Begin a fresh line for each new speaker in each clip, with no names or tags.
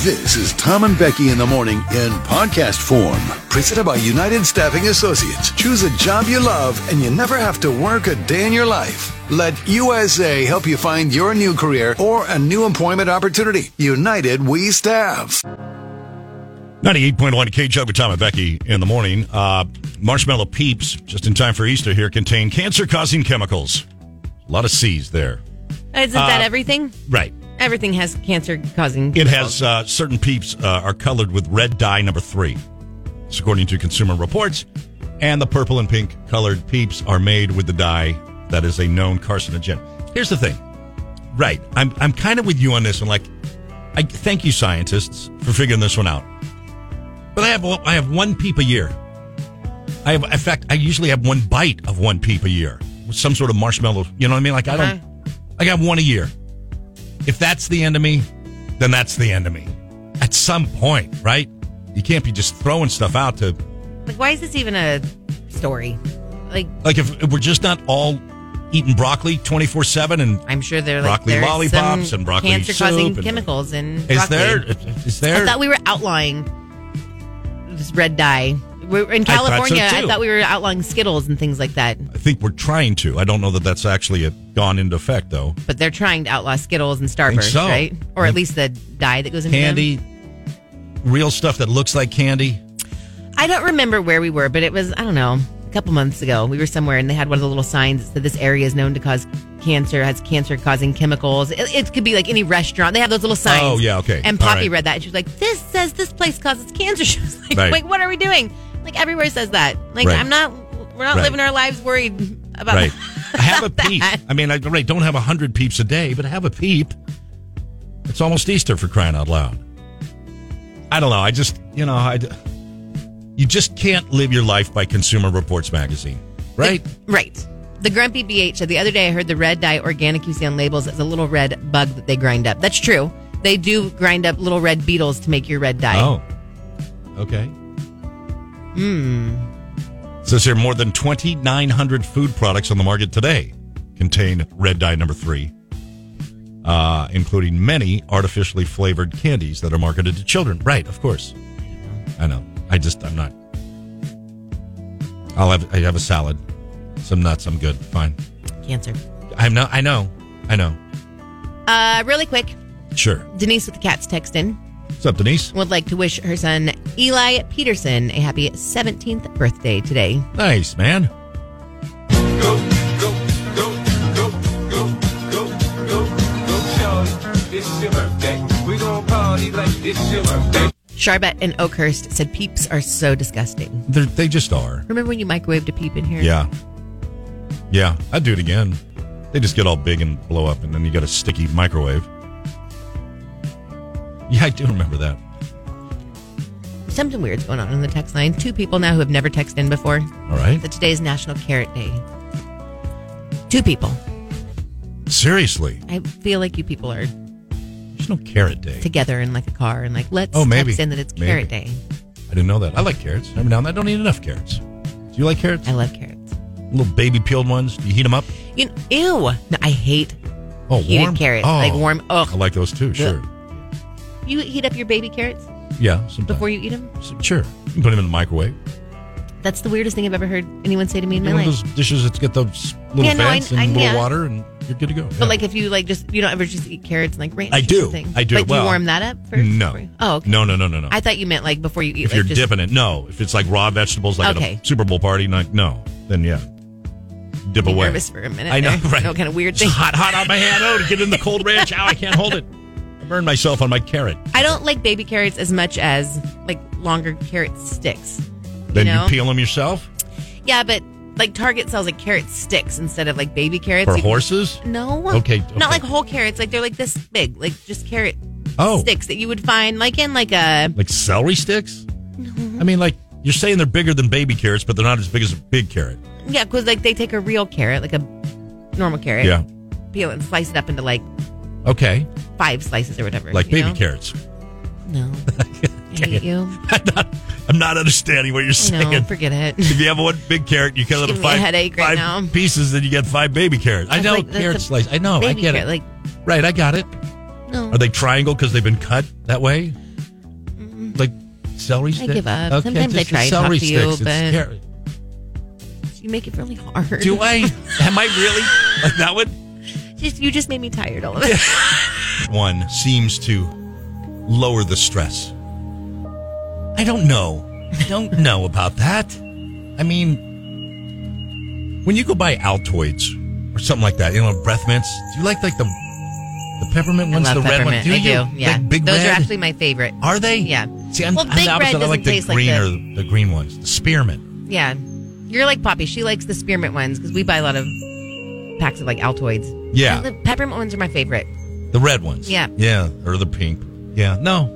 This is Tom and Becky in the morning in podcast form, presented by United Staffing Associates. Choose a job you love and you never have to work a day in your life. Let USA help you find your new career or a new employment opportunity. United We Staff.
98.1 KJ with Tom and Becky in the morning. Uh, marshmallow Peeps, just in time for Easter here, contain cancer causing chemicals. A lot of C's there.
Isn't
Uh,
that everything?
Right.
Everything has cancer causing.
It has uh, certain peeps uh, are colored with red dye number three. It's according to Consumer Reports. And the purple and pink colored peeps are made with the dye that is a known carcinogen. Here's the thing. Right. I'm, I'm kind of with you on this. And like, I thank you, scientists, for figuring this one out. But I have, one- I have one peep a year. I have, in fact, I usually have one bite of one peep a year with some sort of marshmallow. You know what I mean? Like, I don't,
Uh-huh.
I got one a year. If that's the end of me, then that's the end of me. At some point, right? You can't be just throwing stuff out to
Like, why is this even a story? Like,
like if, if we're just not all eating broccoli twenty four seven and
I'm sure they're like
Broccoli
there's
lollipops
some
and broccoli
cancer causing
soup and-
chemicals and
is
broccoli.
there is there
I thought we were outlawing this red dye. We're, in
I thought so,
California, I thought,
too.
we were outlawing Skittles and things like that,
I think we're trying to. I don't know that that's actually uh gone into effect though.
but they're trying to outlaw Skittles and Starburst,
so.
right? Or
Think-
at least the dye that goes into them.
Candy, real stuff that looks like candy.
I don't remember where we were, but it was, I don't know, a couple months ago. We were somewhere and they had one of the little signs that said this area is known to cause cancer, has cancer causing chemicals. It, it could be like any restaurant. They have those little signs.
Oh, yeah, okay.
And
All
Poppy
right.
read that and she was like, this says this place causes cancer. She was like,
Right.
wait, what are we doing? Like, everywhere says that. Like,
Right.
I'm not, we're not
Right.
living our lives worried about
Right. I have a
about
peep.
that.
I mean, I right, don't have a hundred peeps a day, but have a peep. It's almost Easter for crying out loud. I don't know. I just, you know, I, d- you just can't live your life by Consumer Reports magazine, right?
Right. The Grumpy BH said the other day I heard the red dye organic you see on labels is a little red bug that they grind up. That's true. They do grind up little red beetles to make your red dye.
Oh, okay. Hmm. Says here more than 2,900 food products on the market today contain red dye number three, uh, including many artificially flavored candies that are marketed to children. Right, of course. I know. I just, I'm not. I'll have, I have a salad, some nuts. I'm good. Fine.
Cancer.
I'm not, I know. I know.
Uh, really quick,
Sure.
Denise with the cats text in
What's up, Denise?
would like to wish her son Eli Peterson a happy 17th birthday today.
Nice, man.
go, go, go, go, go, go, go, go, Charlie. This your birthday. We gon' party like this your birthday.
Charbet and Oakhurst said peeps are so disgusting.
They're, they just are.
Remember when you microwaved a peep in here?
Yeah. Yeah, I'd do it again. They just get all big and blow up, and then you got a sticky microwave. Yeah, I do remember that.
Something weird's going on on the text line. Two people now who have never texted in before.
All right.
That today is National Carrot Day. Two people.
Seriously,
I feel like you people are
there's no carrot day.
together in like a car and like let's
Oh, maybe.
text in that it's
Maybe.
carrot day.
I didn't know that. I like carrots. Every now and then, I don't eat enough carrots. Do you like carrots?
I love carrots.
Little baby peeled ones. Do you heat them up?
You know, ew. No, I hate
Oh,
Heated
warm
carrots, like warm- ugh.
I like those too. Sure.
You heat up your baby carrots
Yeah. Sometimes.
before you eat them?
So- Sure. You can put them in the microwave.
That's the weirdest thing I've ever heard anyone say to me in my
Get one of
life.
those dishes that's got those little
Yeah, no, I-
vents and
I-
a little
yeah.
water, and you're good to go.
But like if you like just you don't ever just eat carrots and like ranch.
I
or
do.
something.
I do.
But
Well,
you warm that up first. before
no.
you- Oh, okay.
No, no, no, no, no.
I thought you meant like before you eat.
if
like,
you're
just,
dipping it, no. If it's like raw vegetables, like
Okay.
at a Super Bowl party, like no, then yeah, dip
Be
away.
nervous for a minute.
I know,
there.
right?
No kind of weird
It's
thing.
hot, hot on my hand. Oh, to get in the cold ranch. Ow, I can't hold it. I burned myself on my carrot.
I don't like baby carrots as much as like longer carrot sticks.
Then you,
know?
peel them yourself
Yeah, but like Target sells like carrot sticks instead of like baby carrots.
for
You can-
horses.
No.
Okay, okay.
Not like whole carrots. Like they're like this big. Like just carrot
Oh,
sticks that you would find like in like a
like celery sticks. I mean, like you're saying they're bigger than baby carrots, but they're not as big as a big carrot.
yeah because like they take a real carrot like a normal carrot
Yeah.
peel it and slice it up into like
Okay,
five slices or whatever.
like
you
baby
know?
carrots.
No. I hate you.
I'm not, I'm not understanding what you're saying.
No, forget it.
If you have one big carrot, you cut it up
Give me a
five,
headache right
five
now.
pieces, then you get five baby carrots. I
That's
know
like- that's
carrot
a
slice. I know. I
Baby
get it.
carrot,
Uh,
like
right, I got it.
no.
Are they triangle because they've been cut that way?
like celery sticks?
give up. Sometimes Mm. I
just
try to talk
celery
to you,
sticks. It's
but-
scary.
You make it really hard.
Do I? Am I really like that one?
Just, you just made me tired all of it.
One seems to lower the stress.
I don't know. I don't know about that. I mean,
When you go buy Altoids or something like that, you know, breath mints.
do you like like the the peppermint
I
ones,
love
the red
peppermint.
one? Do
I
you?
do. Yeah.
Like big
Those
red?
are actually my favorite.
Are they?
Yeah.
See, I'm,
well,
I'm
big
the
red
opposite. I
doesn't
like the
taste like
green
the,
or the green ones, the spearmint.
Yeah. You're like Poppy. She likes the spearmint ones because we buy a lot of packs of like Altoids.
Yeah.
The peppermint ones are my favorite.
The red ones.
Yeah.
Yeah, or the pink.
Yeah. No,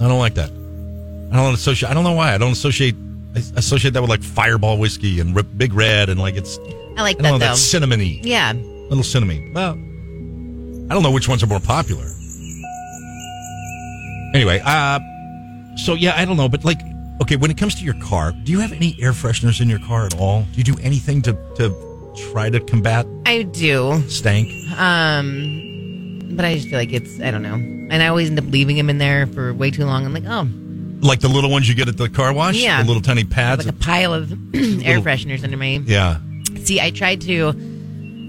I don't like that.
I don't associate. I don't know why. I don't associate. I associate that with like Fireball whiskey and Rip, Big Red and like it's.
I like
I don't know
that though.
that cinnamony,
yeah.
little cinnamon. Well, I don't know which ones are more popular. Anyway, uh, so yeah, I don't know, but like, okay, when it comes to your car, do you have any air fresheners in your car at all? Do you do anything to to try to combat
I do.
stank?
Um, but I just feel like it's, I don't know. And I always end up leaving them in there for way too long. I'm like, oh,
Like the little ones you get at the car wash,
Yeah.
the little tiny pads.
like a pile of air fresheners under my
yeah,
See, I tried to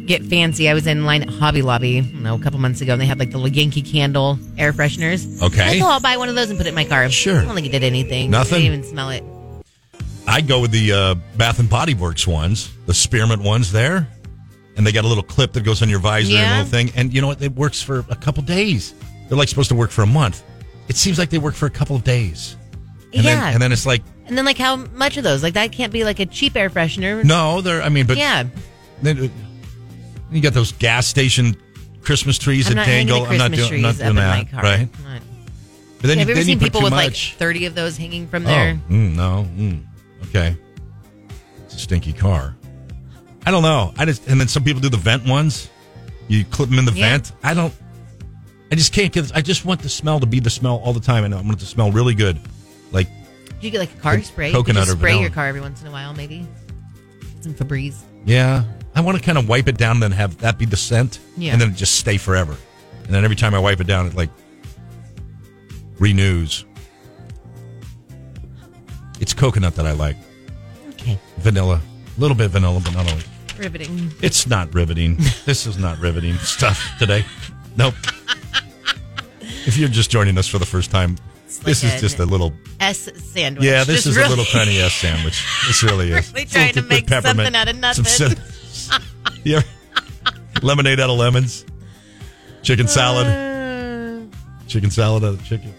get fancy. I was in line at Hobby Lobby, you know, a couple months ago, and they had like the little Yankee Candle air fresheners.
Okay.
I go, I'll buy one of those and put it in my car.
Sure.
I don't think it did anything.
Nothing?
I didn't even smell it.
I go with the uh, Bath and Body Works ones, the spearmint ones there, and they got a little clip that goes on your visor and a
Yeah.
little thing. And you know what? It works for a couple days. They're like supposed to work for a month. It seems like they work for a couple of days. And
yeah.
Then, and then it's like,
And then, like, how much of those? Like, that can't be like a cheap air freshener.
no, they're. I mean, but
Yeah.
then uh, you got those gas station Christmas trees
I'm
that
not hanging
dangle.
the Christmas
I'm
trees
not
up
doing. I'm
in
not
my
doing that.
car.
Right.
I'm not.
But then
Have you ever
then
seen
put
people
too
with like
much.
30 of those hanging from their
Oh, mm, no. Mm, okay. It's a stinky car. I don't know. I just and then some people do the vent ones. You clip them in the
Yeah.
vent. I don't. I just can't get. I just want the smell to be the smell all the time, and I want it to smell really good. Like
You get like a car
Co-
spray.
coconut
you could
or
just spray your
vanilla.
car every once in a while, maybe. Some Febreze.
yeah, I want to kind of wipe it down, and then have that be the scent,
Yeah.
and then just stay forever. And then every time I wipe it down, it like renews. It's coconut that I like,
Okay.
vanilla, a little bit vanilla, but not always.
Riveting.
It's not riveting. this is not riveting stuff today. Nope. if you're just joining us for the first time, this
like
is
an-
just a little.
S sandwich.
Yeah, this
Just
is a
really-
little tiny S sandwich. This really is.
Really
It's a little
trying to
bit
make
peppermint,
something out of
some
nothing.
cin- You ever- lemonade out of lemons. Chicken salad.
Uh,
Chicken salad out of chicken.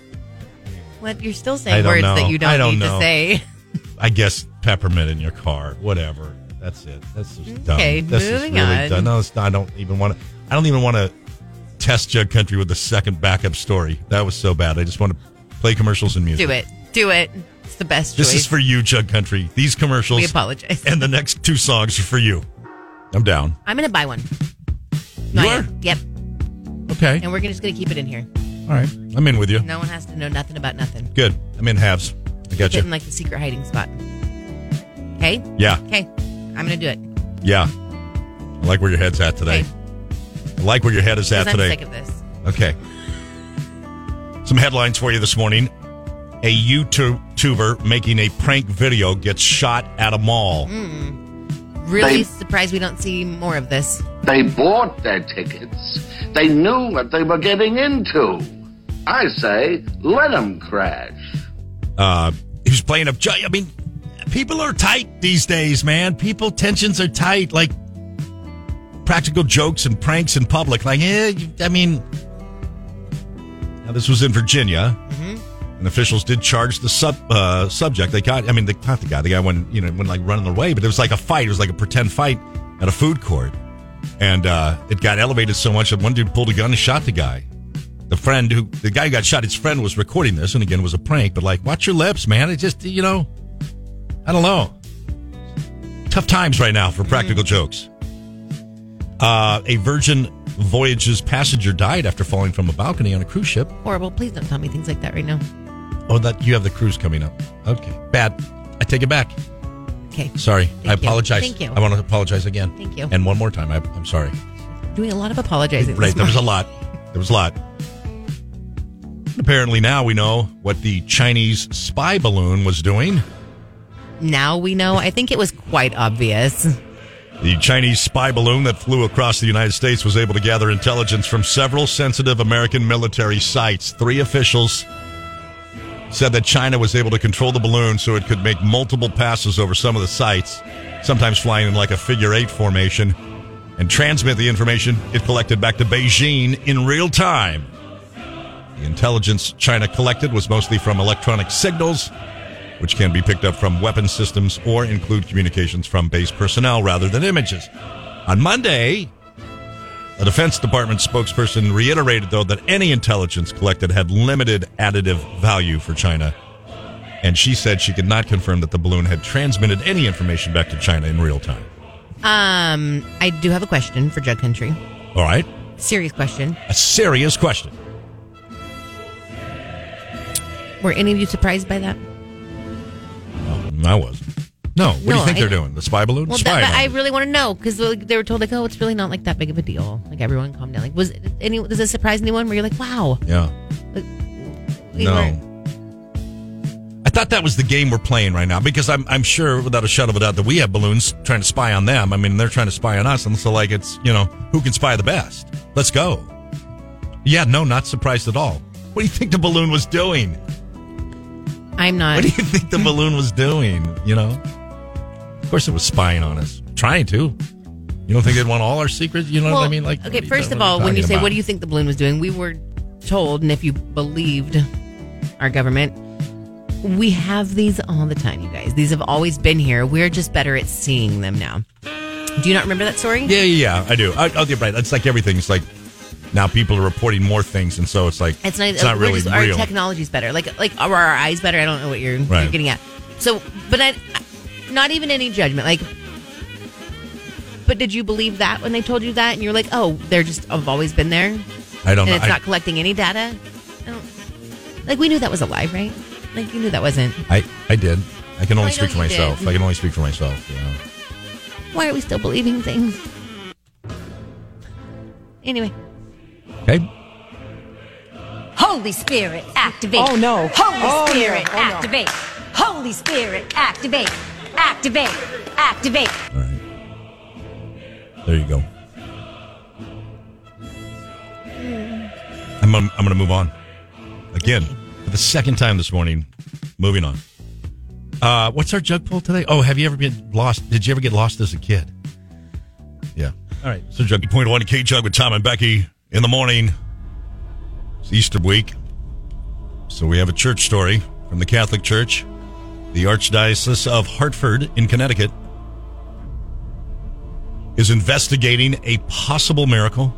What you're still
I
saying
don't
words
know.
that you
I
don't,
don't
need
know.
to say.
I guess peppermint in your car. Whatever. That's it. That's just dumb.
Okay,
That's just
moving
really
on.
Dumb. No, it's not, I don't even want to. I don't even want to test Jug Country with the second backup story. That was so bad. I just want to play commercials and music.
Do it. Do it. It's the best
This
choice.
is for you, Jug Country. These commercials.
we apologize.
And the next two songs are for you. I'm down.
I'm gonna buy one. No,
You
I
are?
am. Yep.
Okay.
And we're just gonna keep it in here.
All right. I'm in with you.
No one has to know nothing about nothing.
Good. I'm in halves. I got
Put it in
you.
like the secret hiding spot. Okay.
Yeah.
Okay. I'm gonna do it.
Yeah. I like where your head's at today.
Okay.
I like where your head is at
'Cause I'm
today.
sick of this.
Okay. Some headlines for you this morning. A YouTuber making a prank video gets shot at a mall.
Really
Babe.
surprised we don't see more of this.
They bought their tickets. They knew what they were getting into. I say, let 'em crash.
Uh, he was playing a. gi- I mean, people are tight these days, man. People tensions are tight. Like practical jokes and pranks in public. Like, eh, you- I mean, now this was in Virginia, and officials did charge the sub uh, subject. They got. I mean, they not the guy. The guy went, you know, went like running away, but it was like a fight. It was like a pretend fight at a food court, and uh, it got elevated so much that one dude pulled a gun and shot the guy the friend who the guy who got shot his friend was recording this and again it was a prank but like watch your lips man it just you know i don't know tough times right now for practical jokes uh, a virgin voyages passenger died after falling from a balcony on a cruise ship
Horrible. Please don't tell me things like that right now.
oh that you have the cruise coming up okay bad i take it back
Okay.
sorry i
Thank you.
apologize
Thank you.
i want to apologize again
Thank you.
and one more time I, i'm sorry
Doing a lot of apologizing.
Right. There was a lot. There was a lot. apparently now we know what the Chinese spy balloon was doing.
Now we know. I think it was quite obvious.
The Chinese spy balloon that flew across the United States was able to gather intelligence from several sensitive American military sites. Three officials said that China was able to control the balloon so it could make multiple passes over some of the sites, sometimes flying in like a figure eight formation, and transmit the information it collected back to Beijing in real time. The intelligence China collected was mostly from electronic signals, which can be picked up from weapon systems or include communications from base personnel rather than images. On Monday, a Defense Department spokesperson reiterated, though, that any intelligence collected had limited additive value for China. And she said she could not confirm that the balloon had transmitted any information back to China in real time.
Um, I do have a question for Jug Country.
All right.
Serious question.
A serious question.
Were any of you surprised by that?
I was. No. What do
No,
you think
I-
they're doing? The spy balloon?
Well,
spy
that, but I
balloon.
really want to know because like, they were told like, oh, it's really not like that big of a deal. Like everyone, calm down. Like, was it any? Does this surprise anyone? Where you're like, wow,
yeah.
we weren't-
No. I thought that was the game we're playing right now because I'm I'm sure without a shadow of a doubt that we have balloons trying to spy on them. I mean, they're trying to spy on us, and so like it's you know who can spy the best. Let's go. Yeah, no, not surprised at all. What do you think the balloon was doing?
I'm
What
not.
do you think the balloon was doing? You know, of course it was spying on us, trying to. You don't think they'd want all our secrets? You know what I mean? Like,
okay, first of all, when you say what do you think the balloon was doing, we were told, and if you believed our government, we have these all the time, you guys. These have always been here. We're just better at seeing them now. Do you not remember that story?
Yeah, yeah, yeah, I do. I, I'll get right. It's like everything. It's like now people are reporting more things, and so it's like
It's not,
it's not
we're
really
just-
real.
Our technology's better. Like like are our eyes better? I don't know what you're,
Right.
you're getting at. So, but I, not even any judgment. Like, but did you believe that when they told you that, and you're like, oh, they're just have always been there, and
I don't know.
it's
Um, I,
not collecting any data. I don't, like we knew that was a lie, right? Like you knew that wasn't.
I, I did. I can only
I know
speak for
you did.
myself. I can only speak for myself. You know.
Why are we still believing things? Anyway,
Okay.
Holy Spirit, activate. Oh no. Oh, Holy Spirit, activate. Holy Spirit, activate. Activate. Activate.
All right. There you go. I'm, I'm going to move on. Again, for the second time this morning, moving on. Uh, what's our jug pull today? Oh, have you ever been lost? Did you ever get lost as a kid? Yeah. All right. So, Jug Point One K Jug with Tom and Becky in the morning. It's Easter week. So, we have a church story from the Catholic Church, the Archdiocese of Hartford in Connecticut is investigating a possible miracle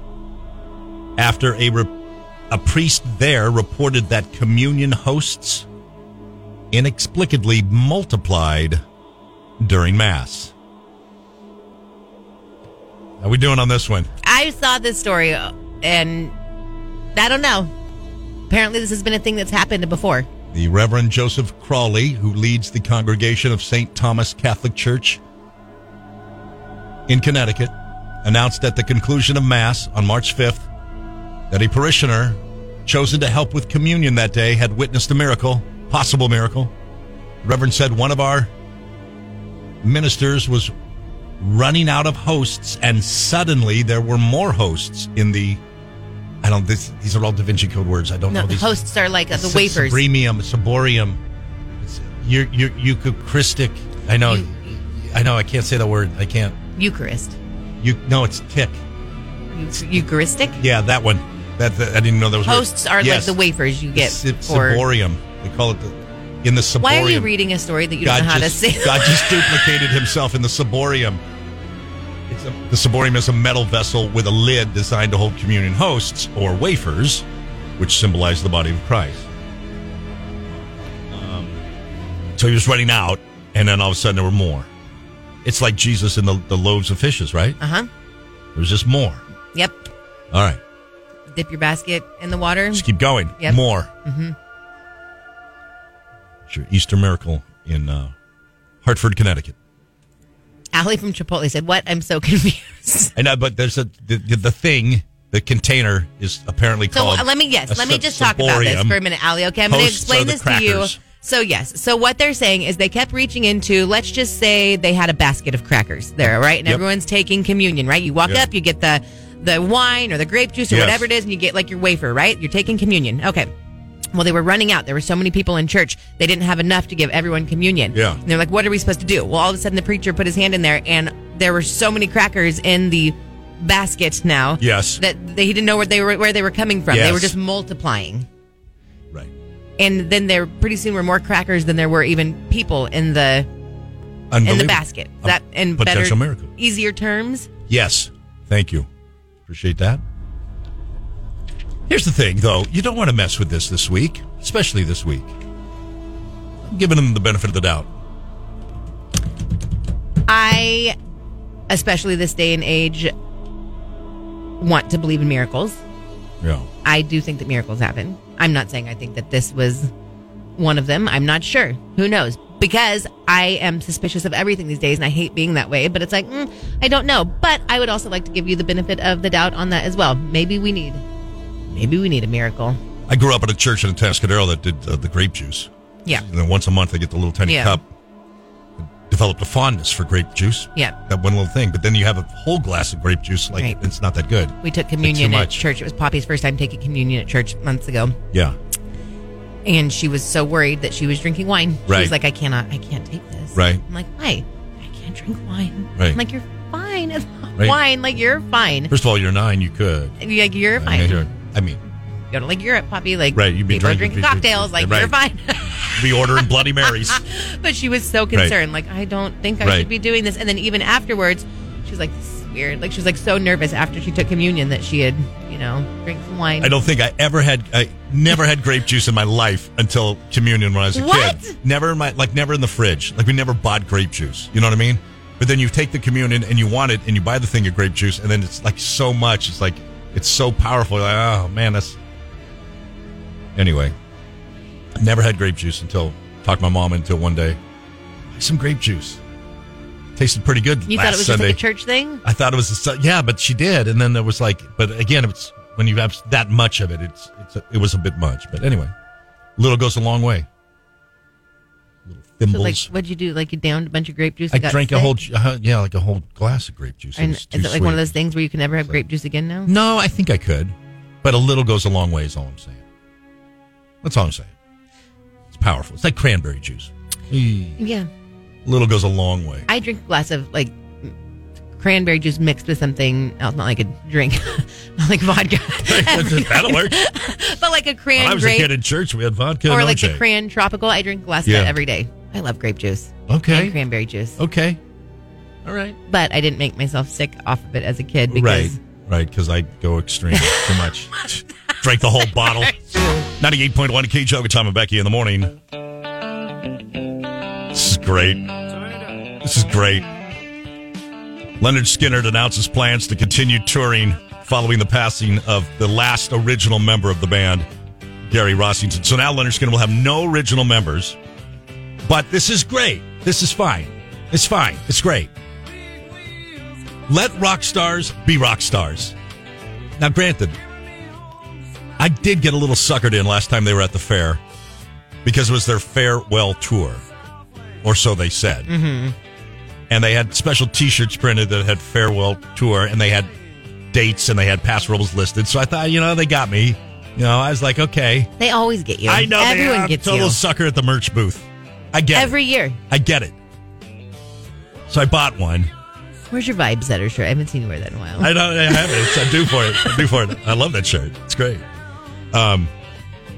after a re- a priest there reported that communion hosts inexplicably multiplied during mass. How we doing on this one?
I saw this story, uh, and I don't know. Apparently, this has been a thing that's happened before.
The Reverend Joseph Crawley, who leads the congregation of St. Thomas Catholic Church in Connecticut, announced at the conclusion of Mass on March 5th that a parishioner chosen to help with communion that day had witnessed a miracle, possible miracle. The Reverend said one of our ministers was running out of hosts, and suddenly there were more hosts in the. I don't. This, these are all Da Vinci Code words. I don't
No,
know these.
hosts are like uh, the
Sub-
wafers.
Subremium, Suborium. It's- You're you're eucharistic. I know.
Eu-
I know. I can't say the word. I can't.
Eucharist.
You no, it's tick.
Eu- Eucharistic?
Yeah, that one. That, that- I didn't know that was.
Hosts are
Yes.
like the wafers you
The
get
Sub-
for.
Suborium. They call it the in the Suborium.
Why are you reading a story that you don't know how
just,
to say?
God just duplicated himself in the Suborium. It's a, the Suborium is a metal vessel with a lid designed to hold communion hosts or wafers, which symbolize the body of Christ. Um, so he was running out, and then all of a sudden there were more. It's like Jesus and the, the loaves of fishes, right?
uh huh.
There was just more.
Yep.
All right,
Dip your basket in the water.
just keep going.
Yep.
More. Mm-hmm. It's your Easter miracle in uh, Hartford, Connecticut.
Allie from Chipotle said, "What? I'm so confused."
uh, I know, but there's a the, the, the thing The container is apparently
So
called.
uh, let me yes,
a
let me
sub-
just talk about this
ciborium.
for a minute, Ali. Okay, I'm going to
Hosts are
explain
the
this to you.
crackers.
So yes, so what they're saying is they kept reaching into. Let's just say they had a basket of crackers there, right? And
Yep.
everyone's taking communion, right? You walk
Yeah.
up, you get the the wine or the grape juice or
Yes.
whatever it is, and you get like your wafer, right? You're taking communion. Okay. Well, they were running out. There were so many people in church, they didn't have enough to give everyone communion.
Yeah.
And they're like, "What are we supposed to do?" Well, all of a sudden, the preacher put his hand in there, and there were so many crackers in the basket now
Yes.
that they, he didn't know where they were where they were coming from. They
Yes.
were just multiplying,
Right.
and then there pretty soon were more crackers than there were even people in the in the
Unbelievable.
basket.
A
That in better,
potential miracle.
easier terms.
Yes. Thank you. Appreciate that. Here's the thing, though. You don't want to mess with this this week, especially this week. I'm giving them the benefit of the doubt.
I, especially this day and age, want to believe in miracles.
Yeah.
I do think that miracles happen. I'm not saying I think that this was one of them. I'm not sure. Who knows? Because I am suspicious of everything these days and I hate being that way. But it's like, mm, I don't know. But I would also like to give you the benefit of the doubt on that as well. Maybe we need, maybe we need a miracle.
I grew up at a church in Tascadero that did uh, the grape juice.
Yeah.
And then once a month, they get the little tiny
Yeah.
cup. Developed a fondness for grape juice.
Yeah.
That one little thing. But then you have a whole glass of grape juice. Like,
Right.
it's not that good.
We took communion at
much.
church. It was Poppy's first time taking communion at church months ago.
Yeah.
And she was so worried that she was drinking wine. She
Right.
was like, I cannot, I can't take this.
Right.
I'm like, why? I can't drink wine.
Right.
I'm like, you're fine. It's not
Right.
wine. Like, you're fine.
First of all, you're nine. You could.
You're like, you're
I mean,
fine.
you're- I mean,
Go to like Europe, Poppy. Like,
Right, you'd be
people are
drinking-
drinking cocktails. Like,
Right.
you're fine.
be ordering Bloody Marys.
but she was so concerned. Like, I don't think I
Right.
should be doing this. And then even afterwards, she was like, this is weird. Like, she was like so nervous after she took communion that she had, you know, drank some wine.
I don't think I ever had I never had grape juice in my life until communion when I was a
What?
kid. Never in my like never in the fridge. Like we never bought grape juice. You know what I mean? But then you take the communion and you want it and you buy the thing of grape juice and then it's like so much. It's like it's so powerful. You're like, oh man, that's anyway. Never had grape juice until talked my mom until one day. Some grape juice. Tasted pretty good.
You
last
thought it was
Sunday.
just like a church thing?
I thought it was a su- yeah, but she did, and then there was like, but again, it's when you have that much of it, it's, it's a, it was a bit much. But anyway, little goes a long way. Little
So, like,
thimbles.
what'd you do? Like, you downed a bunch of grape juice? and
I
got
drank a
sick?
whole ju- uh, yeah, like a whole glass of grape juice. It
And
was
is
too
it like one of
sweet.
those things where you can never have grape juice again now?
No, I think I could, but a little goes a long way. Is all I'm saying. That's all I'm saying. It's powerful. It's like cranberry juice. Mm.
Yeah.
Little goes a long way.
I drink a glass of like cranberry juice mixed with something else, not like a drink, not like vodka.
That'll work.
but like a
When I
cran
was a
grape
kid in church, we had vodka
or
and
like the
OJ.
cran tropical. I drink a glass of
Yeah.
that every day. I love grape juice
Okay. Oh.
and cranberry juice,
Okay. All right.
but I didn't make myself sick off of it as a kid
Right.
because
Right, because I go extreme too much. Drank the whole bottle. 98.1 K Joke Time and Becky in the morning. This is great. This is great. Leonard Skinner announces plans to continue touring following the passing of the last original member of the band, Gary Rossington. So now Leonard Skinner will have no original members. But this is great. This is fine. It's fine. It's great. Let rock stars be rock stars. Now, granted, I did get a little suckered in last time they were at the fair because it was their farewell tour, or so they said. Mm-hmm. And they had special t shirts printed that had farewell tour, and they had dates and they had past roles listed. So I thought, you know, they got me. You know, I was like, okay.
they always get you.
I know
everyone
they, I'm
gets
a total
you
sucker at the merch booth. I get it.
every year.
I get it. So I bought one.
Where's your vibe setter shirt? I haven't seen you wear that in a while.
I don't I have it. It's, I'm due for it. I'm due for it. I love that shirt. It's great. Um,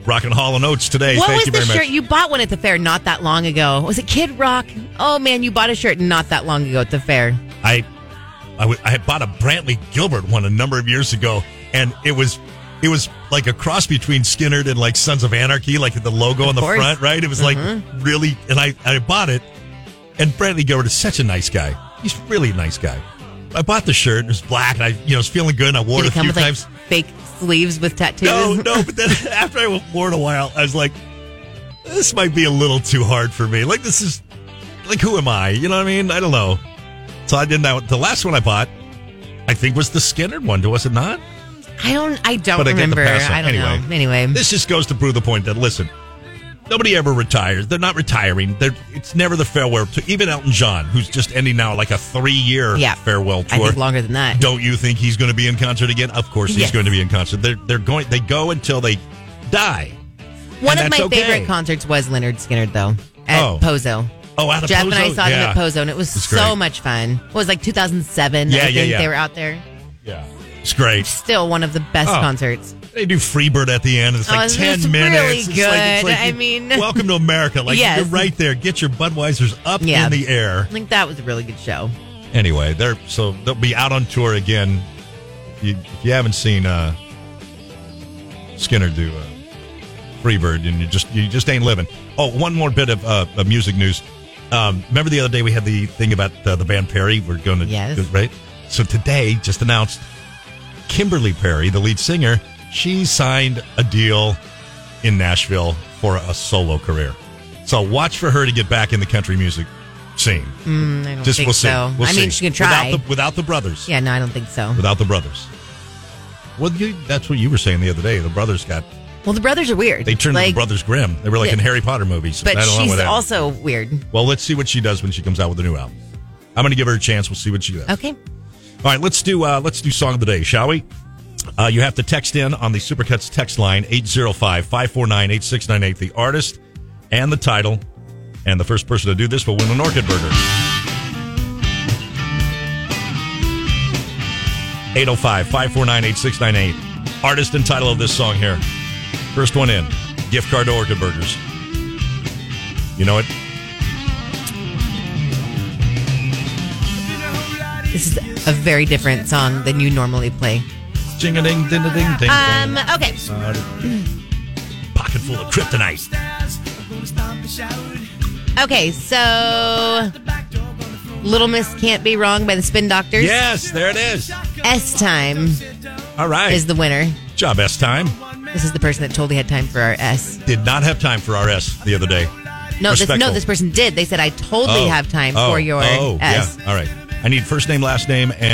Rockin' Hall and Oates today.
what
Thank
was
you
the
very
shirt
much.
you bought one at the fair not that long ago? Was it Kid Rock? Oh man, you bought a shirt not that long ago at the fair.
I I, w- I had bought a Brantley Gilbert one a number of years ago, and it was it was like a cross between Skinnerd and like Sons of Anarchy, like the logo on the
course. Mm-hmm.
front, right? It was like really, and I I bought it, and Brantley Gilbert is such a nice guy. He's really a nice guy. I bought the shirt. It was black, and I you know was feeling good, and I wore it
Did it
a
come
few
with like
times.
fake sleeves with tattoos?
No, no. But then after I wore it a while, I was like, this might be a little too hard for me. Like this is like who am I? You know what I mean? I don't know. So I didn't. The last one I bought, I think, was the Skinner one. Was it not?
I don't. I don't
But I get the
remember.
pass on.
I don't
Anyway.
know. Anyway,
This just goes to prove the point that listen, nobody ever retires. They're not retiring. They're, it's never the farewell to even Elton John, who's just ending now like a three-year
Yeah.
farewell
I
tour.
think longer than that.
Don't you think he's going to be in concert again? Of course he's
Yes.
going to be in concert. They're they're going they go until they die.
One
and
of
that's
my
okay.
favorite concerts was Leonard Skinner though at
Oh.
Pozo.
Oh, out of
Jeff
Pozo?
and I saw
yeah.
them at Pozo, and it was
It's
so
great.
much fun. It was like 2007. I
Yeah, yeah,
think
yeah.
they were out there.
Yeah, it's great.
Still one of the best
Oh.
concerts.
They do Freebird at the end. and It's
Oh,
like
it's
ten
really
minutes. It's like, it's
good.
like
I
you-
mean-
welcome to America. Like
Yes.
you're right there. Get your Budweisers up
Yeah.
in the air.
I think that was a really good show.
Anyway, they're so they'll be out on tour again. You, if you haven't seen uh, Skinner do uh, Freebird, and you just you just ain't living. Oh, one more bit of, uh, of music news. Um, remember the other day we had the thing about uh, the band Perry. We're going to
Yes.
right. So today, just announced Kimberly Perry, the lead singer, she signed a deal in Nashville for a solo career. So watch for her to get back in the country music scene.
Mm, I don't
Just
think
we'll see.
so.
We'll
I
see.
mean, she can try.
without the, without the brothers.
yeah, no, I don't think so.
Without the brothers. Well, you, that's what you were saying the other day. The brothers got
Well, the brothers are weird.
they turned into the
like,
brothers Grimm. They were like in Harry Potter movies.
But
I don't know
she's
what happened.
also weird.
Well, let's see what she does when she comes out with a new album. I'm going to give her a chance. We'll see what she does.
Okay.
All right, let's do uh, let's do song of the day, shall we? Uh, you have to text in on the Supercuts text line 805-549-8698 the artist and the title and the first person to do this will win an orchid burger. 805-549-8698 artist and title of this song here. First one in. Gift card to Orchid Burgers. You know it?
This is a very different song than you normally play.
Jing a ding ding a ding ding.
Um, okay.
Pocket full of kryptonite.
Okay, so Little Miss Can't Be Wrong by the Spin Doctors.
Yes, there it is.
S Time
All right.
is the winner.
Good job, S time.
This is the person that totally had time for our S.
Did not have time for RS the other day.
No, this, no,
Respectful.
this person did. They said I totally
Oh.
have time
Oh.
for your
oh,
S.
Yeah. All right. I need first name, last name, and